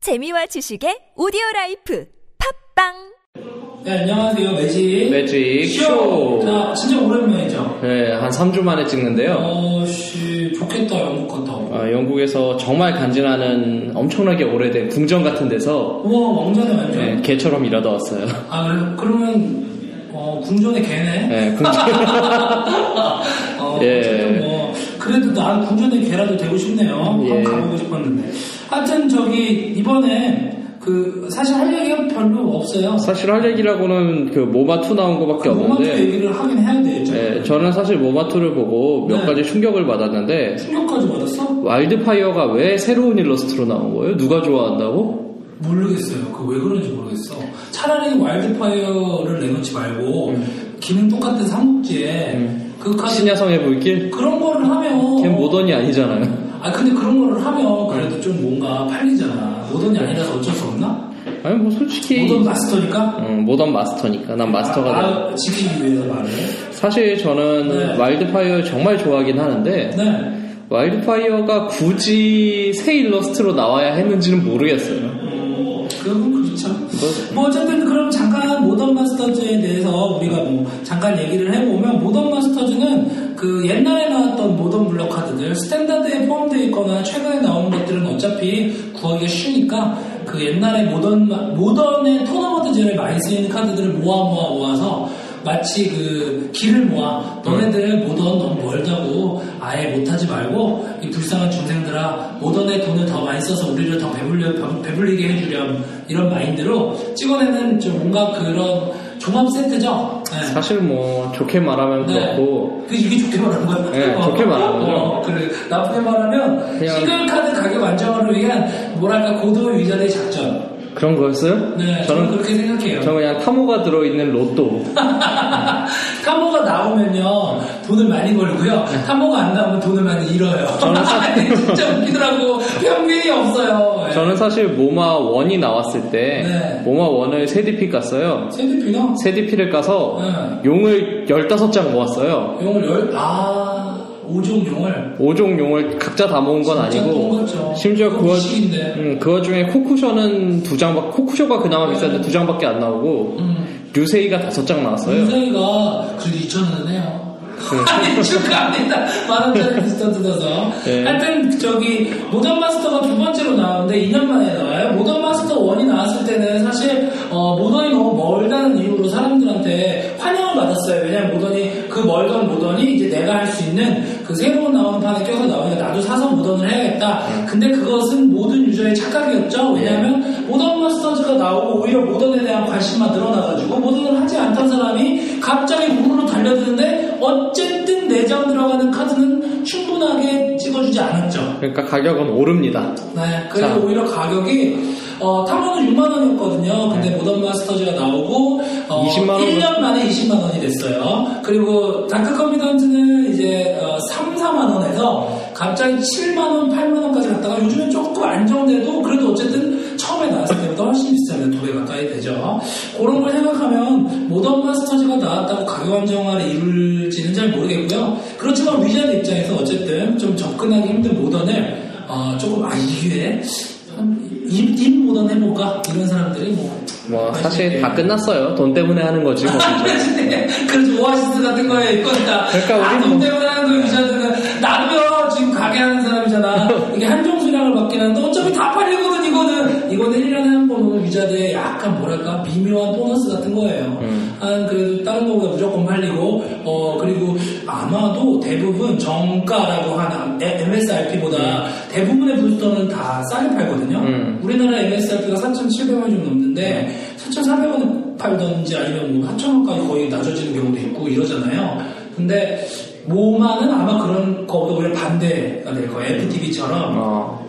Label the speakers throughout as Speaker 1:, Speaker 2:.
Speaker 1: 재미와 지식의 오디오 라이프 팝빵
Speaker 2: 네, 안녕하세요. 매직.
Speaker 3: 매직 쇼.
Speaker 2: 자, 진짜 오랜만이죠.
Speaker 3: 네, 한 3주 만에 찍는데요.
Speaker 2: 어, 씨, 좋겠다, 영국 갔다. 오고.
Speaker 3: 아, 영국에서 정말 간지나는 엄청나게 오래된 궁전 같은 데서
Speaker 2: 우와, 왕자네, 완전.
Speaker 3: 네, 개처럼 일하다 왔어요.
Speaker 2: 아, 그래? 그러면, 어, 궁전의 개네?
Speaker 3: 네, 궁전.
Speaker 2: 어,
Speaker 3: 예.
Speaker 2: 어쨌든 뭐, 그래도 난 궁전의 개라도 되고 싶네요. 한번
Speaker 3: 예.
Speaker 2: 가보고 싶었는데. 하여튼, 저기, 이번에, 그, 사실 할 얘기가 별로 없어요.
Speaker 3: 사실 할 얘기라고는 그 모마2 나온 거밖에
Speaker 2: 아, 모마트
Speaker 3: 없는데,
Speaker 2: 얘기를 하긴 해야 되겠죠.
Speaker 3: 네, 저는 사실 모마2를 보고 몇
Speaker 2: 네.
Speaker 3: 가지 충격을 받았는데,
Speaker 2: 충격까지 받았어?
Speaker 3: 와일드파이어가 왜 새로운 일러스트로 나온 거예요? 누가 좋아한다고?
Speaker 2: 모르겠어요. 그 왜 그런지 모르겠어. 차라리 와일드파이어를 내놓지 말고
Speaker 3: 음.
Speaker 2: 기능 똑같은 삼국지에 그 카드
Speaker 3: 신야성의 불길?
Speaker 2: 그런 거를 하면
Speaker 3: 걘 모던이 아니잖아요.
Speaker 2: 아 근데 그런 거를 하면 그래도 좀 뭔가 팔리잖아. 모던이 아니라서 어쩔 수 없나?
Speaker 3: 아니, 뭐 솔직히.
Speaker 2: 모던 마스터니까.
Speaker 3: 음, 모던 마스터니까. 난 마스터가
Speaker 2: 아,
Speaker 3: 돼.
Speaker 2: 아, 지키기 위해서 말해.
Speaker 3: 사실 저는
Speaker 2: 네.
Speaker 3: 와일드파이어 정말 좋아하긴 하는데
Speaker 2: 네.
Speaker 3: 와일드파이어가 굳이 새 일러스트로 나와야 했는지는 모르겠어요.
Speaker 2: 음, 그건 그렇죠. 뭐 어쨌든 그럼 잠깐 모던 마스터즈에 대해서 우리가 뭐 잠깐 얘기를 해보면 모던 마스터즈는 그 옛날에 나왔던 모던 블록 카드들 스탠다드에 포함되어 있거나 최근에 나온 것들은 어차피 구하기가 쉬니까 그 옛날에 모던 마- 모던의 토너먼트제를 많이 쓰이는 카드들을 모아 모아 모아서 마치 그 길을 모아 너네들 모던 너무 멀다고 아예 못하지 말고 이 불쌍한 중생들아 모던에 돈을 더 많이 써서 우리를 더 배불려, 리게 해주렴 이런 마인드로 찍어내는 좀 뭔가 그런 종합 세트죠 네.
Speaker 3: 사실 뭐 좋게 말하면
Speaker 2: 네.
Speaker 3: 그렇고
Speaker 2: 그 이게 좋게 말하는 거야?
Speaker 3: 네,
Speaker 2: 어,
Speaker 3: 좋게 말하는 거죠.
Speaker 2: 어, 그래. 나쁘게 말하면
Speaker 3: 그냥-
Speaker 2: 싱글카드 가격 안정화를 위한 뭐랄까 고도 유저의 작전
Speaker 3: 그런 거였어요?
Speaker 2: 네, 저는
Speaker 3: 저는
Speaker 2: 그렇게 생각해요
Speaker 3: 저는 그냥 타모가 들어있는 로또.
Speaker 2: 카모가 나오면요 돈을 많이 벌고요 카모가 안 나오면 돈을 많이 잃어요
Speaker 3: 네. 저는 사-
Speaker 2: 아니, 진짜 웃기더라고 평균이 없어요
Speaker 3: 저는 사실 모마 1이 나왔을 때
Speaker 2: 네.
Speaker 3: 모마 1을 세 DP 깠어요.
Speaker 2: 샌드피가
Speaker 3: 세 DP를 까서
Speaker 2: 네.
Speaker 3: 용을 15장 모았어요.
Speaker 2: 용을 열, 아 5종 용을
Speaker 3: 5종 용을 각자 다 모은 건
Speaker 2: 진짜
Speaker 3: 아니고
Speaker 2: 똥같죠.
Speaker 3: 심지어
Speaker 2: 그거
Speaker 3: 그, 와,
Speaker 2: 미식인데.
Speaker 3: 음, 그 와중에 코쿠션은 두 장밖 코쿠션가 그나마 비싼데 두 장밖에 안 나오고
Speaker 2: 음.
Speaker 3: 류세이가 다섯 장 나왔어요.
Speaker 2: 인생이가 그래도 2천원은 해요 아니 축하합니다 만원짜리 비슷한 뜯어서
Speaker 3: 네.
Speaker 2: 하여튼 저기 모던 마스터가 두 번째로 나왔는데 2년 만에 나와요 모던 마스터 1이 나왔을 때는 사실 어, 모던이 너무 멀다는 이유로 사람들한테 환영을 받았어요 왜냐면 모던이 그 멀던 모던이 이제 내가 할 수 있는 그 새로운 나오는 판에 껴서 나오니까 나도 사서 모던을 해야겠다 근데 그것은 모든 유저의 착각이었죠 왜냐면 모던 마스터즈가 나오고 오히려 모던에 대한 관심만 늘어나가지고 모던을 하지 않던 사람이 갑자기 무으로 달려드는데 어쨌든 내장 들어가는 카드는 충분하게 찍어주지 않았죠.
Speaker 3: 그러니까 가격은 오릅니다.
Speaker 2: 네, 그래서
Speaker 3: 자.
Speaker 2: 오히려 가격이 어, 탐험은 6만 원이었거든요. 근데 모던 마스터즈가 나오고 어,
Speaker 3: 20만 네. 원.
Speaker 2: 1년 만에 20만 원이 됐어요. 그리고 다크 컴퓨던트는 이제 어, 3, 4만 원에서 갑자기 7만 원, 8만 원까지 갔다가 요즘엔 조금 안정돼도 그래도 어쨌든 처음에 나왔을 때보다 훨씬 비싸면 두 배 가까이 되죠. 그런 걸 생각하면 모던 마스터즈가 나왔다고 가격 안정화를 이룰지는 잘 모르겠고요. 그렇지만 위자드 입장에서 어쨌든 좀 접근하기 힘든 모던을 어, 조금 아 이게 입입 모던 해볼까 이런 사람들이 뭐.
Speaker 3: 뭐 사실
Speaker 2: 예. 아,
Speaker 3: 다 끝났어요. 돈 때문에 하는 거지. 뭐.
Speaker 2: 네. 그래서 오아시스 같은 거에 입건다.
Speaker 3: 그러니까 우리
Speaker 2: 아, 돈
Speaker 3: 뭐-
Speaker 2: 때문에 하는 거 유지하는 나도요 지금 가게 하는 사람이잖아. 이게 한정수량을 받긴 하는데 어차피 다 팔리거든 이거는. 이거는 1년에 한 번 오는 유자대에 약간 뭐랄까 미묘한 보너스 같은 거예요.
Speaker 3: 음.
Speaker 2: 한 그래도 다른 거보다 무조건 팔리고 어 그리고 아마도 대부분 정가라고 하는 MSRP보다 대부분의 부스터는 다 싸게 팔거든요.
Speaker 3: 음.
Speaker 2: 우리나라 MSRP가 4,700원이 좀 넘는데 4,400원 팔던지 아니면 뭐 4,000원까지 거의 낮아지는 경우도 있고 이러잖아요. 근데 모마는 아마 그런 거보다 오히려 반대가 될 거예요. FTV처럼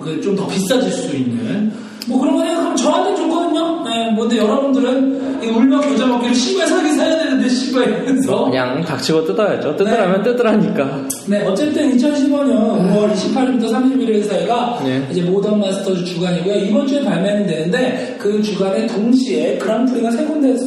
Speaker 2: 그
Speaker 3: 어.
Speaker 2: 좀 더 비싸질 수 있는 뭐 그런 거 생각하면 저한테 좋거든요. 네, 뭔데 여러분들은 이 울며 겨자 먹기를 씨발 사긴 사야 되는데 씨발 이러면서
Speaker 3: 뭐 그냥 닥치고 뜯어야죠. 뜯으라면 뜯으라니까.
Speaker 2: 네, 어쨌든 2015년 5월 28일부터 31일 사이가
Speaker 3: 네.
Speaker 2: 이제 모던 마스터즈 주간이고요. 이번 주에 발매는 되는데 그 주간에 동시에 그랑프리가 세 군데에서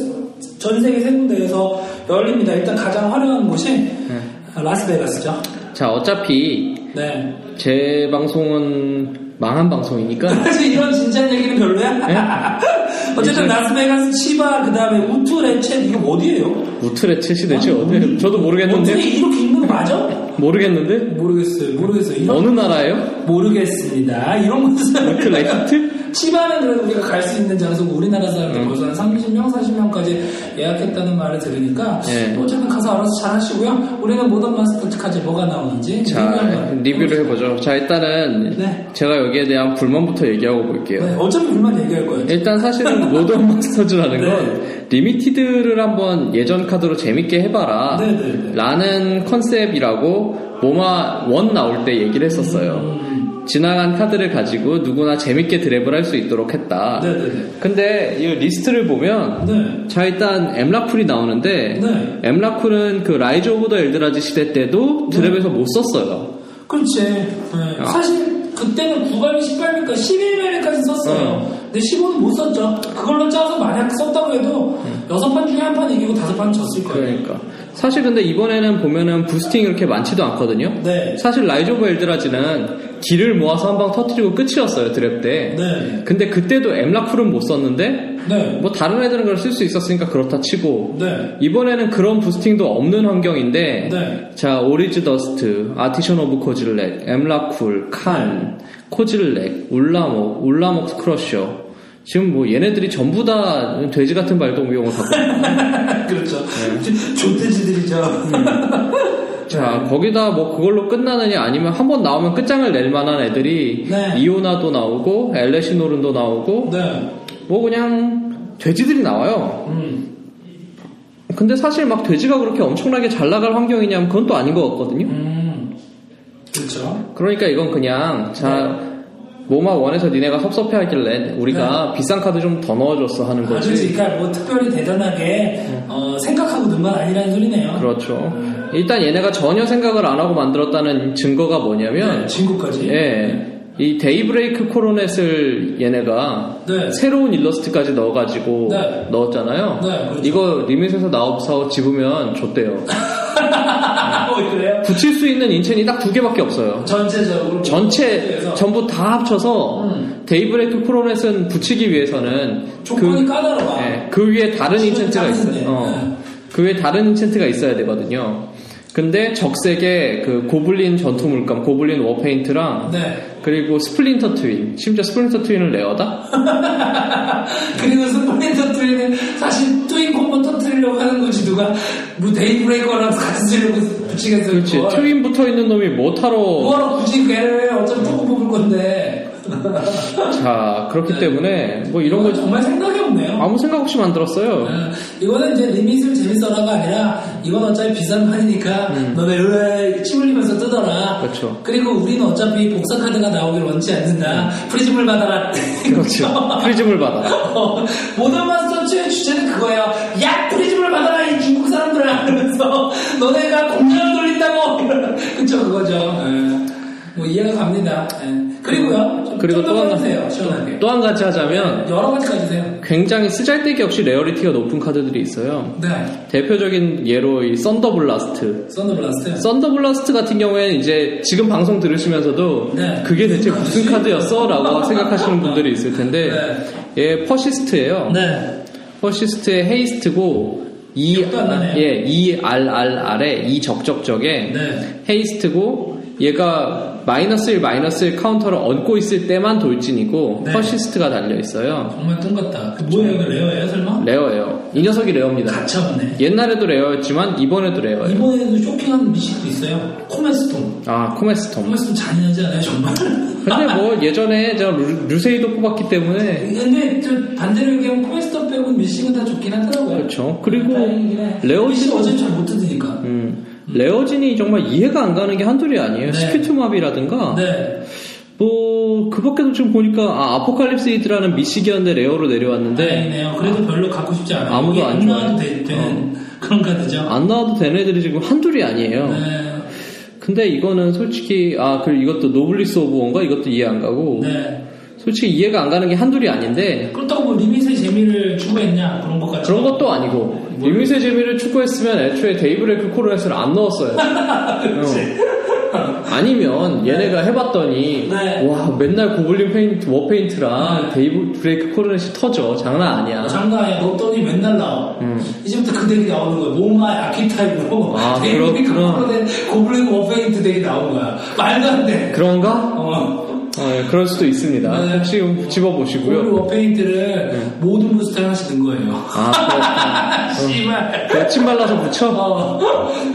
Speaker 2: 전 세계 세 군데에서 열립니다. 일단 가장 화려한 곳이
Speaker 3: 네.
Speaker 2: 라스베가스죠.
Speaker 3: 자 어차피
Speaker 2: 네.
Speaker 3: 제 방송은 망한 방송이니까
Speaker 2: 그래서 이런 진지한 얘기는 별로야. 어쨌든 라스베가스, 치바, 그 다음에 우트레첸 이게 어디예요?
Speaker 3: 우트레체
Speaker 2: 아,
Speaker 3: 시대지 어디?
Speaker 2: 음.
Speaker 3: 저도
Speaker 2: 어떻게
Speaker 3: 모르겠는데
Speaker 2: 이렇게 읽는 거 맞아?
Speaker 3: 모르겠는데
Speaker 2: 네. 모르겠어요, 모르겠어요. 이런- 그
Speaker 3: 어느 나라예요?
Speaker 2: 모르겠습니다. 이런 것은
Speaker 3: 우트레체?
Speaker 2: 치바는 그래도 우리가 갈 수 있는 장소 우리나라 사람들 벌써 한 30명, 40명까지 예약했다는 말을 들으니까
Speaker 3: 예.
Speaker 2: 어쨌든 가서 알아서 잘 하시고요. 우리는 모던 마스터까지 뭐가 나오는지
Speaker 3: 자
Speaker 2: 리뷰한번
Speaker 3: 리뷰를 해보죠. 자 일단은
Speaker 2: 네.
Speaker 3: 제가 여기에 대한 불만부터 얘기하고 볼게요.
Speaker 2: 네, 어차피 불만 얘기할 거예요.
Speaker 3: 일단 사실은 모던 마스터즈라는
Speaker 2: 네.
Speaker 3: 건 리미티드를 한번 예전 카드로 재밌게 해봐라
Speaker 2: 네, 네, 네.
Speaker 3: 라는 컨셉이라고 모마 원 나올 때 얘기를 했었어요.
Speaker 2: 음,
Speaker 3: 지나간 카드를 가지고 누구나 재밌게 드랩을 할 수 있도록 했다.
Speaker 2: 네, 네, 네.
Speaker 3: 근데 이 리스트를 보면
Speaker 2: 네.
Speaker 3: 자 일단 엠라쿨이 나오는데
Speaker 2: 네.
Speaker 3: 엠라쿨은 그 라이즈 오브 더 엘드라지 시대 때도 드랩에서
Speaker 2: 네.
Speaker 3: 못 썼어요.
Speaker 2: 그렇지. 네.
Speaker 3: 아.
Speaker 2: 사실 그때는 9발이 18매니까 11매니까지 썼어요. 근데 15는 못 썼죠. 그걸로 짜서 만약 썼다고 해도
Speaker 3: 음.
Speaker 2: 여섯 판 중에 한 판 이기고 다섯 판 졌을 거예요.
Speaker 3: 그러니까 사실 근데 이번에는 보면은 부스팅이 그렇게 많지도 않거든요.
Speaker 2: 네.
Speaker 3: 사실 라이즈 오브 엘드라지는 길을 모아서 한 방 터뜨리고 끝이었어요 드랩 때.
Speaker 2: 네.
Speaker 3: 근데 그때도 엠라쿨은 못 썼는데
Speaker 2: 네.
Speaker 3: 뭐 다른 애들은 그걸 쓸 수 있었으니까 그렇다 치고
Speaker 2: 네.
Speaker 3: 이번에는 그런 부스팅도 없는 환경인데
Speaker 2: 네.
Speaker 3: 자 오리지 더스트, 아티션 오브 코질렉, 엠라쿨, 칸, 코질렉, 울라목, 울라목 크러셔 지금 뭐 얘네들이 전부 다 돼지 같은 발동용을 갖고
Speaker 2: 그렇죠.
Speaker 3: 네.
Speaker 2: 존대지들이죠.
Speaker 3: 음. 자 거기다 뭐 그걸로 끝나느냐 아니면 한 번 나오면 끝장을 낼 만한 애들이
Speaker 2: 네.
Speaker 3: 이오나도 나오고 엘레시노른도 나오고
Speaker 2: 네.
Speaker 3: 뭐 그냥 돼지들이 나와요
Speaker 2: 음.
Speaker 3: 근데 사실 막 돼지가 그렇게 엄청나게 잘 나갈 환경이냐면 그건 또 아닌 것 같거든요
Speaker 2: 음. 그렇죠.
Speaker 3: 그러니까 이건 그냥
Speaker 2: 네.
Speaker 3: 자 모마 원에서 니네가 섭섭해 하길래 우리가 비싼 카드 좀 더 넣어줬어 하는
Speaker 2: 아주
Speaker 3: 거지 음.
Speaker 2: 그러니까 뭐 특별히 대단하게 어, 생각하고 넣은 건 아니라는 소리네요.
Speaker 3: 그렇죠 일단 얘네가 전혀 생각을 안 하고 만들었다는 증거가 뭐냐면
Speaker 2: 네, 친구까지.
Speaker 3: 예. 이 데이브레이크 코로넷을 얘네가
Speaker 2: 네.
Speaker 3: 새로운 일러스트까지 넣어가지고
Speaker 2: 네.
Speaker 3: 넣었잖아요.
Speaker 2: 네, 그렇죠.
Speaker 3: 이거 리밋에서 나와서 집으면 좋대요.
Speaker 2: 아, 뭐 그래요?
Speaker 3: 붙일 수 있는 인첸이 딱 두 개밖에 없어요.
Speaker 2: 전체적으로.
Speaker 3: 전체
Speaker 2: 그래서
Speaker 3: 전부 다 합쳐서
Speaker 2: 네. 음.
Speaker 3: 데이브레이크 코로넷은 붙이기 위해서는
Speaker 2: 조건이
Speaker 3: 그,
Speaker 2: 까다로워.
Speaker 3: 예, 그 위에 다른
Speaker 2: 시간이
Speaker 3: 인첸트가
Speaker 2: 짧은데.
Speaker 3: 있어요. 어.
Speaker 2: 네.
Speaker 3: 그 위에 다른 인첸트가 있어야 되거든요. 근데 적색에 그 고블린 전투 물감, 고블린 워페인트랑
Speaker 2: 네.
Speaker 3: 그리고 스플린터 트윈 심지어 스플린터 트윈을 레어다?
Speaker 2: 그리고 스프링 터트리는 사실 트윈 콤보 터트리려고 하는 거지 누가 뭐 데이브레이커랑 같이 쓰려고 붙이겠어요.
Speaker 3: 그렇지
Speaker 2: 네, 그걸.
Speaker 3: 트윈 붙어있는 놈이 뭐타로
Speaker 2: 뭐하러 굳이 걔를 왜 어차피 뽑고 뽑을 건데.
Speaker 3: 자 그렇기 때문에 뭐 이런
Speaker 2: 이건
Speaker 3: 거
Speaker 2: 정말 생각이 없네요.
Speaker 3: 아무 생각 없이 만들었어요
Speaker 2: 아, 이거는 이제 리밋을 재밌어라가 아니라 이건 어차피 비싼 판이니까 너네 왜침 흘리면서 뜨더라.
Speaker 3: 음. 그렇죠.
Speaker 2: 리고 우리는 어차피 복사 카드가 나오길 원치 않는다. 프리즘을 받아라.
Speaker 3: 음. 그렇죠 프리즘을 받아
Speaker 2: 어, 모던 마스터츠의 주제는 그거예요. 야 프리즘을 받아라 이 중국 사람들아 그러면서 너네가 공장 돌린다고 그쵸 그거죠. 예. 뭐 이해가 갑니다. 예. 그리고요. 좀-
Speaker 3: 그리고
Speaker 2: 좀더
Speaker 3: 또 하나.
Speaker 2: 해주세요, 시원하게.
Speaker 3: 또 한 가지 하자면
Speaker 2: 여러 가지가 주세요.
Speaker 3: 굉장히 쓰잘데기 없이 레어리티가 높은 카드들이 있어요
Speaker 2: 네.
Speaker 3: 대표적인 예로 이 썬더블라스트
Speaker 2: 썬더블라스트.
Speaker 3: 썬더블라스트 같은 경우에는 이제 지금 방송 들으시면서도
Speaker 2: 네.
Speaker 3: 그게 대체 무슨 카드였어? 라고 생각하시는 분들이 있을 텐데 얘 퍼시스트예요
Speaker 2: 네.
Speaker 3: 퍼시스트의 헤이스트고 E
Speaker 2: 기억도 안 나네요.
Speaker 3: 예 E R R R에 E 적적적에
Speaker 2: 네.
Speaker 3: 헤이스트고 얘가 마이너스 1 마이너스 1 카운터를 얹고 있을 때만 돌진이고
Speaker 2: 네.
Speaker 3: 퍼시스트가 달려 있어요
Speaker 2: 정말 똥 같다. 그 뭐예요? 이거 레어예요? 설마?
Speaker 3: 네. 레어예요 이 녀석이 레어입니다
Speaker 2: 가차없네.
Speaker 3: 옛날에도 레어였지만 이번에도 레어예요
Speaker 2: 이번에도 쇼킹한 미식도 있어요. 코메스톤.
Speaker 3: 아 코메스톰
Speaker 2: 코메스톤 잔인하지 않아요? 정말.
Speaker 3: 근데 뭐 예전에 제가 루- 루세이도 뽑았기 때문에
Speaker 2: 근데 저 반대로 얘기하면 코메스톤 빼고 미식은 다 좋긴 하더라고요.
Speaker 3: 그렇죠 그리고
Speaker 2: 다행이긴 해. 미식
Speaker 3: 레어진
Speaker 2: 어제 잘못 듣으니까.
Speaker 3: 음, 레어진이 정말 이해가 안 가는 게 한둘이 아니에요
Speaker 2: 네.
Speaker 3: 스퀴트마비라든가
Speaker 2: 네.
Speaker 3: 뭐 그밖에도 지금 보니까 아, 아포칼립스 이드라는 미식이었는데 레어로 내려왔는데
Speaker 2: 다행이네요. 그래도 별로 갖고 싶지 않아요.
Speaker 3: 아무도
Speaker 2: 이게
Speaker 3: 안
Speaker 2: 나와도
Speaker 3: 좋아해요. 어. 아.
Speaker 2: 되- 되는 그런 카드죠.
Speaker 3: 안 나와도 된 애들이 지금 한둘이 아니에요.
Speaker 2: 네.
Speaker 3: 근데 이거는 솔직히 아 그리고 이것도 노블리스 오브 원가 이것도 이해 안 가고
Speaker 2: 네.
Speaker 3: 솔직히 이해가 안 가는 게 한둘이 아닌데
Speaker 2: 그렇다고 뭐 리밋의 재미를 추구했냐? 그런 것 같죠.
Speaker 3: 그런 것도 아니고 그 리밋의 재미를 추구했으면 애초에 데이브레이크 코로넷을 안 넣었어요. 어. 아니면 얘네가 해봤더니
Speaker 2: 네.
Speaker 3: 와 맨날 고블린 페인트 워페인트랑 데이브 브레이크 코르넷이 터져 장난 아니야
Speaker 2: 장난 아니야. 넣었더니 맨날 나와. 이제부터 그 덱이 나오는 거야. 모마의 아키타입으로.
Speaker 3: 음. 아,
Speaker 2: 데이브리
Speaker 3: 그렇구나.
Speaker 2: 카프론의 고블린 워페인트 덱이 나온 거야. 말도 안 돼.
Speaker 3: 그런가?
Speaker 2: 어.
Speaker 3: 어, 예, 그럴 수도 있습니다
Speaker 2: 네. 뭐,
Speaker 3: 혹시
Speaker 2: 고블린
Speaker 3: 집어보시고요 네.
Speaker 2: 워페인트를 모든 부스터 하나씩 넣은 거예요.
Speaker 3: 아 그렇구나
Speaker 2: 씨발.
Speaker 3: 그거 네, 침 발라서 붙여?
Speaker 2: 어.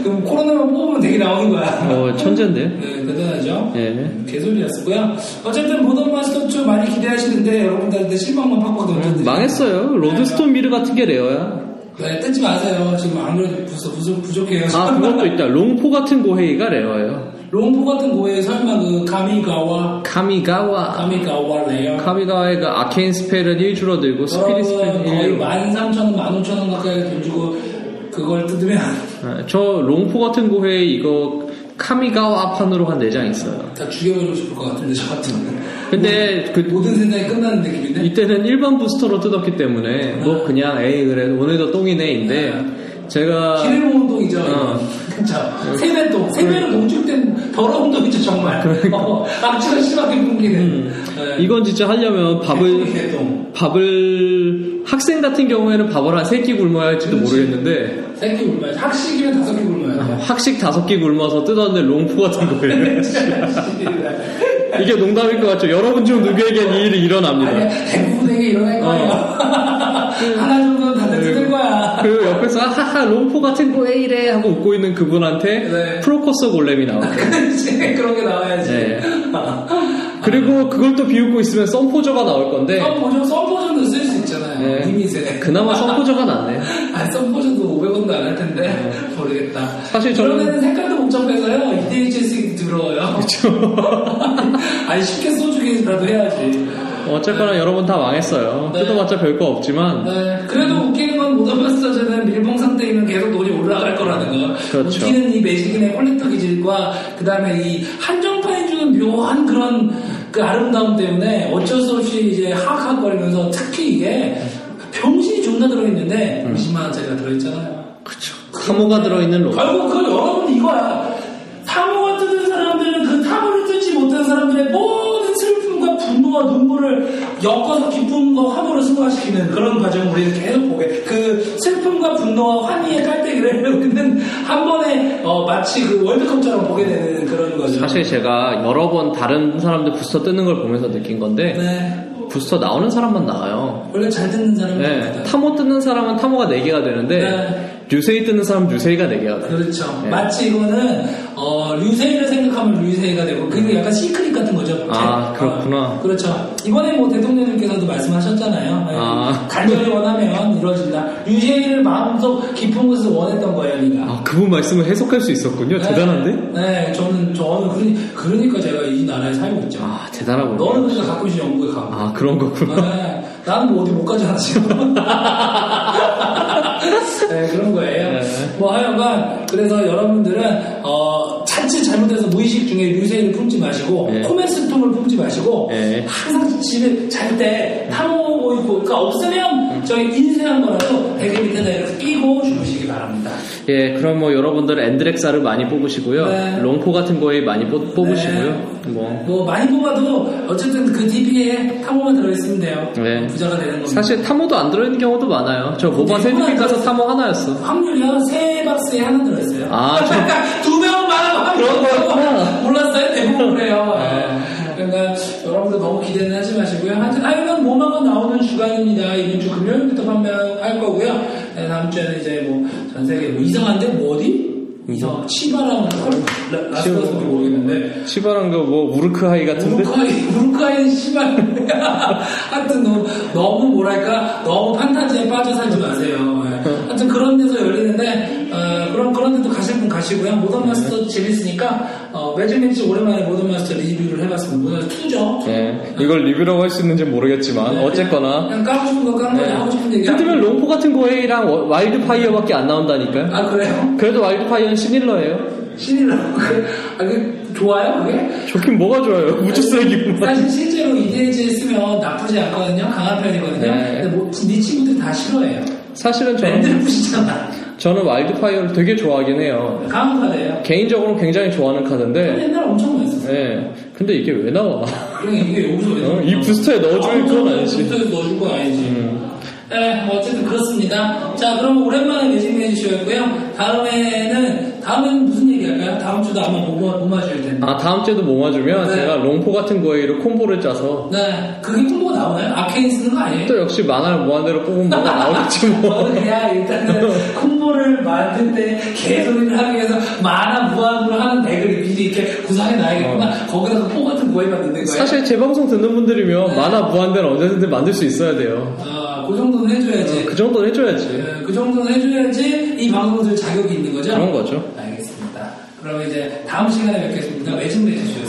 Speaker 2: 그럼 코로나만 뽑으면 덱이 나오는 거야.
Speaker 3: 어 천재인데
Speaker 2: 네, 대단하죠? 음,
Speaker 3: 예.
Speaker 2: 개소리였고요. 어쨌든 모던 마스터 2 많이 기대하시는데 여러분들한테 실망만 받고 던졌는데
Speaker 3: 네, 망했어요 로드스톤 미르 같은 게 레어야
Speaker 2: 네, 뜯지 마세요. 지금 안 그래도 부족, 부족, 부족해요.
Speaker 3: 아 그것도 있다 롱포 같은 고헤이가 레어예요
Speaker 2: 롱포 같은 거에 설마 그 가미가와
Speaker 3: 카미가와
Speaker 2: 가미가와 레어
Speaker 3: 카미가와의 그 아케인 스펠은 1 줄어들고 스피릿 예. 스펠은
Speaker 2: 여러분 거의
Speaker 3: 1로
Speaker 2: 13,000원, 15,000원 가까이 돈 주고 그걸 뜯으면
Speaker 3: 아, 저 롱포 같은 고해 이거 카미가와 판으로 한 4장 있어요.
Speaker 2: 다 죽여버리고 싶을 것 같은데 저 같은 거.
Speaker 3: 근데 그
Speaker 2: 모든 세상이 끝나는 느낌인데
Speaker 3: 이때는 일반 부스터로 뜯었기 때문에 뭐 그냥 에이 그래 오늘도 똥이네인데 제가
Speaker 2: 기름 운동이죠.
Speaker 3: 어. 그러니까.
Speaker 2: 그쵸. 세배 똥. 세배는 농축된 더러운 돈이죠, 정말. 어, 악취가 심하게 풍기는. 네.
Speaker 3: 음. 이건 진짜 하려면 밥을
Speaker 2: 개똥.
Speaker 3: 밥을 학생 같은 경우에는 밥을 한 3끼 굶어야 할지도 모르겠는데
Speaker 2: 세끼 굶어야 돼. 학식이면 다섯 끼 굶어야 돼.
Speaker 3: 학식 5끼 굶어서 뜯었는데 롱포 같은 거예요. 이게 농담일 것 같죠? 여러분 중 누구에겐 이 일이 일어납니다.
Speaker 2: 아니야, 대부분에게 일어날 거예요. 하나 정도는
Speaker 3: 네.
Speaker 2: 다들 뜯을 거야.
Speaker 3: 그 옆에서 하하 롱포 같은 거 왜 이래 하고 웃고 있는 그분한테
Speaker 2: 네.
Speaker 3: 프로코스 골렘이 나와요.
Speaker 2: 그렇지, 그런 게 나와야지.
Speaker 3: 네.
Speaker 2: 아,
Speaker 3: 그리고 그걸 또 비웃고 있으면 썬포저가 나올
Speaker 2: 네.
Speaker 3: 건데
Speaker 2: 썸포전, 썸포전도 쓸 수 있잖아요.
Speaker 3: 네.
Speaker 2: 이미세.
Speaker 3: 그나마 썬포저가 낫네.
Speaker 2: 아, 썸포전도 500원도 안 할 텐데. 모르겠다.
Speaker 3: 네. 사실 저는-
Speaker 2: 그러면 색깔도 못 잡혀서요. E EDHS이 들어와요. 아니, 쉽게 소주기라도 해야지.
Speaker 3: 어쨌거나 여러분 다 망했어요.
Speaker 2: 네.
Speaker 3: 뜯어봤자 별거 없지만
Speaker 2: 네, 그래도 웃기는 건 모더버스터즈는 밀봉 상태에는 계속 돈이 올라갈 거라는 거.
Speaker 3: 그렇죠.
Speaker 2: 웃기는 이 매직인의 퀄리터 기질과 그 다음에 이 한정판이 주는 묘한 그런 그 아름다움 때문에 어쩔 수 없이 이제 하악하거리면서 특히 이게 병신이 존나 들어있는데 20만원짜리가 들어있잖아요.
Speaker 3: 음. 그쵸. 카모가 들어있는 롱.
Speaker 2: 결국 그 여러분 이거야. 탐호가 뜯은 사람들은 그 탐호를 뜯지 못한 사람들의 모든 슬픔과 분노와 눈물을 엮어서 기쁨과 화보를 승화시키는 그런 과정을 우리는 계속 보게. 그 슬픔과 분노와 환희의 깔때기를 우리는 한 번에 어, 마치 그 월드컵처럼 보게 되는 그런 거죠.
Speaker 3: 사실 제가 여러 번 다른 사람들 부스터 뜯는 걸 보면서 느낀 건데
Speaker 2: 네.
Speaker 3: 부스터 나오는 사람만 나와요.
Speaker 2: 원래 잘 듣는 사람은
Speaker 3: 네.
Speaker 2: 다
Speaker 3: 타모 뜯는 사람은 타모가 4개가 되는데
Speaker 2: 네.
Speaker 3: 류세이 뜯는 사람은 류세이가 4개가 돼요.
Speaker 2: 그렇죠.
Speaker 3: 예.
Speaker 2: 마치 이거는 어, 류세이를 생각하면 류세이가 되고 그리고 약간 시크릿 같은 거죠.
Speaker 3: 음. 아,
Speaker 2: 제-
Speaker 3: 그렇구나.
Speaker 2: 어, 그렇죠. 이번에 뭐 대통령님께서도 말씀하셨잖아요. 예.
Speaker 3: 아.
Speaker 2: 간절히 원하면 이루어진다. 류세이를 마음속 깊은 곳에서 원했던 거예요, 네가.
Speaker 3: 아, 그분 말씀을 해석할 수 있었군요. 대단한데?
Speaker 2: 네, 저는 저는 그러니, 그러니까 제가 이 나라에 살고 있죠.
Speaker 3: 아, 대단하군요.
Speaker 2: 너는 그러니까 가끔씩 영국에 가고.
Speaker 3: 아, 그런 거구나.
Speaker 2: 네, 나는 뭐 어디 못 가잖아 지금. 네, 그런 거예요.
Speaker 3: 네.
Speaker 2: 뭐 하여간 그래서 여러분들은 어, 자칫 잘못해서 무의식 중에 류세이를 품지 마시고
Speaker 3: 예.
Speaker 2: 코멘스톰을 품지 마시고
Speaker 3: 예. 음.
Speaker 2: 항상 집에 잘 때 탐호 있고 그러니까 없으면 저희 인쇄한 거라도 베개 밑에다 이렇게 끼고 주무시기 바랍니다.
Speaker 3: 예, 그럼 뭐 여러분들 엔드렉사를 많이 뽑으시고요.
Speaker 2: 네.
Speaker 3: 롱포 같은 거에 많이 뽑, 으시고요 뭐.
Speaker 2: 뭐 많이 뽑아도 어쨌든 그 DP에 탐호만 들어있으면 돼요.
Speaker 3: 네.
Speaker 2: 부자가 되는 겁니다.
Speaker 3: 사실 탐호도 안 들어있는 경우도 많아요. 저 모바
Speaker 2: 근데
Speaker 3: 세미픽 가서
Speaker 2: 이거는-
Speaker 3: 탐호 하나였어.
Speaker 2: 확률이요? 세 박스에 하나 들어있어요. 그러니까
Speaker 3: 아,
Speaker 2: 두 배만 많아.
Speaker 3: 그런 거였구나. 아.
Speaker 2: 몰랐어요? 대부분 그래요. 예. 그러니까 여러분들 너무 기대는 하지 마시고요. 하여튼 아이건 뭐만가 나오는 주간입니다. 이번 주 금요일부터 판매할 거고요. 네, 다음 주에는 이제 뭐 전 세계 뭐 이상한데 뭐 어디?
Speaker 3: 음.
Speaker 2: 이상 치바랑 콜- 라스베이거스 모르겠는데
Speaker 3: 시바란 그 거뭐 우르크하이 같은데?
Speaker 2: 우루카이, 우루카이는 씨발. 하여튼 너무, 너무 뭐랄까, 너무 판타지에 빠져 살지 마세요. 예. 하여튼 그런 데서 열리는데, 어, 그런, 그런 데도 가실 분 가시고요. 모던
Speaker 3: 네.
Speaker 2: 마스터 재밌으니까, 어, 매주매주 오랜만에 모던 마스터 리뷰를 해봤습니다. 모던 2죠?
Speaker 3: 예, 이걸 리뷰라고 할 수 있는지 모르겠지만 어쨌거나 네.
Speaker 2: 그냥 까고 싶은 거 까는 거지, 하고 싶은 얘기. 하고.
Speaker 3: 뜯으면 롱포 같은 거에랑 워- 와일드파이어밖에 안 나온다니까요.
Speaker 2: 아, 그래요?
Speaker 3: 그래도 와일드파이어는 시닐러예요.
Speaker 2: 신이라고. 아, 그, 좋아요, 그게?
Speaker 3: 좋긴 뭐가 좋아요? 우주 쓰레기구만.
Speaker 2: 사실 실제로 이대지 쓰면 나쁘지 않거든요. 강한 편이거든요.
Speaker 3: 네.
Speaker 2: 근데 뭐, 네 친구들 다 싫어해요.
Speaker 3: 사실은 저는
Speaker 2: 밴드를 부시잖아.
Speaker 3: 저는 와일드파이어를 되게 좋아하긴 해요.
Speaker 2: 강한 카드예요.
Speaker 3: 개인적으로 굉장히 좋아하는 카드인데,
Speaker 2: 옛날에 엄청 많이 썼어요.
Speaker 3: 예. 근데 이게 왜 나와?
Speaker 2: 그러니까 이게 여기서 왜
Speaker 3: 어, 이
Speaker 2: 나오나.
Speaker 3: 부스터에 넣어줄 건 아니지. 음.
Speaker 2: 부스터에 넣어줄 건 아니지. 네, 뭐 어쨌든 그렇습니다. 자, 그럼 오랜만에 매진해 주셨고요. 다음에는, 다음에는 무슨 얘기 할까요? 다음 주도 아마 모마, 모마주일 텐데.
Speaker 3: 아, 다음 주에도 뭐 맞으면
Speaker 2: 네.
Speaker 3: 제가 롱포 같은 거에로 콤보를 짜서
Speaker 2: 네, 그게 홍보가 나오나요? 아케인 쓰는 거 아니에요?
Speaker 3: 또 역시 만화를 무한대로 뽑으면 뭐가 나오겠지 뭐.
Speaker 2: 저는 그냥 일단은 콤보를 만들 때 개소리를 하기 위해서 만화 무한으로 하는 덱을 미리 이렇게 구상해
Speaker 3: 어.
Speaker 2: 놔야겠구나. 거기다가 뽀 같은 고해만 넣는 거예요.
Speaker 3: 사실 제 방송 듣는 분들이면 만화 무한대로 언제든지 만들 수 있어야 돼요.
Speaker 2: 아, 그 정도는 해줘야지.
Speaker 3: 그 정도는 해줘야지.
Speaker 2: 네, 그 정도는 해줘야지 이 방송을 들 자격이 있는 거죠?
Speaker 3: 그런 거죠.
Speaker 2: 알겠습니다. 그럼 이제 다음 시간에 뵙겠습니다. 매진 매진 주요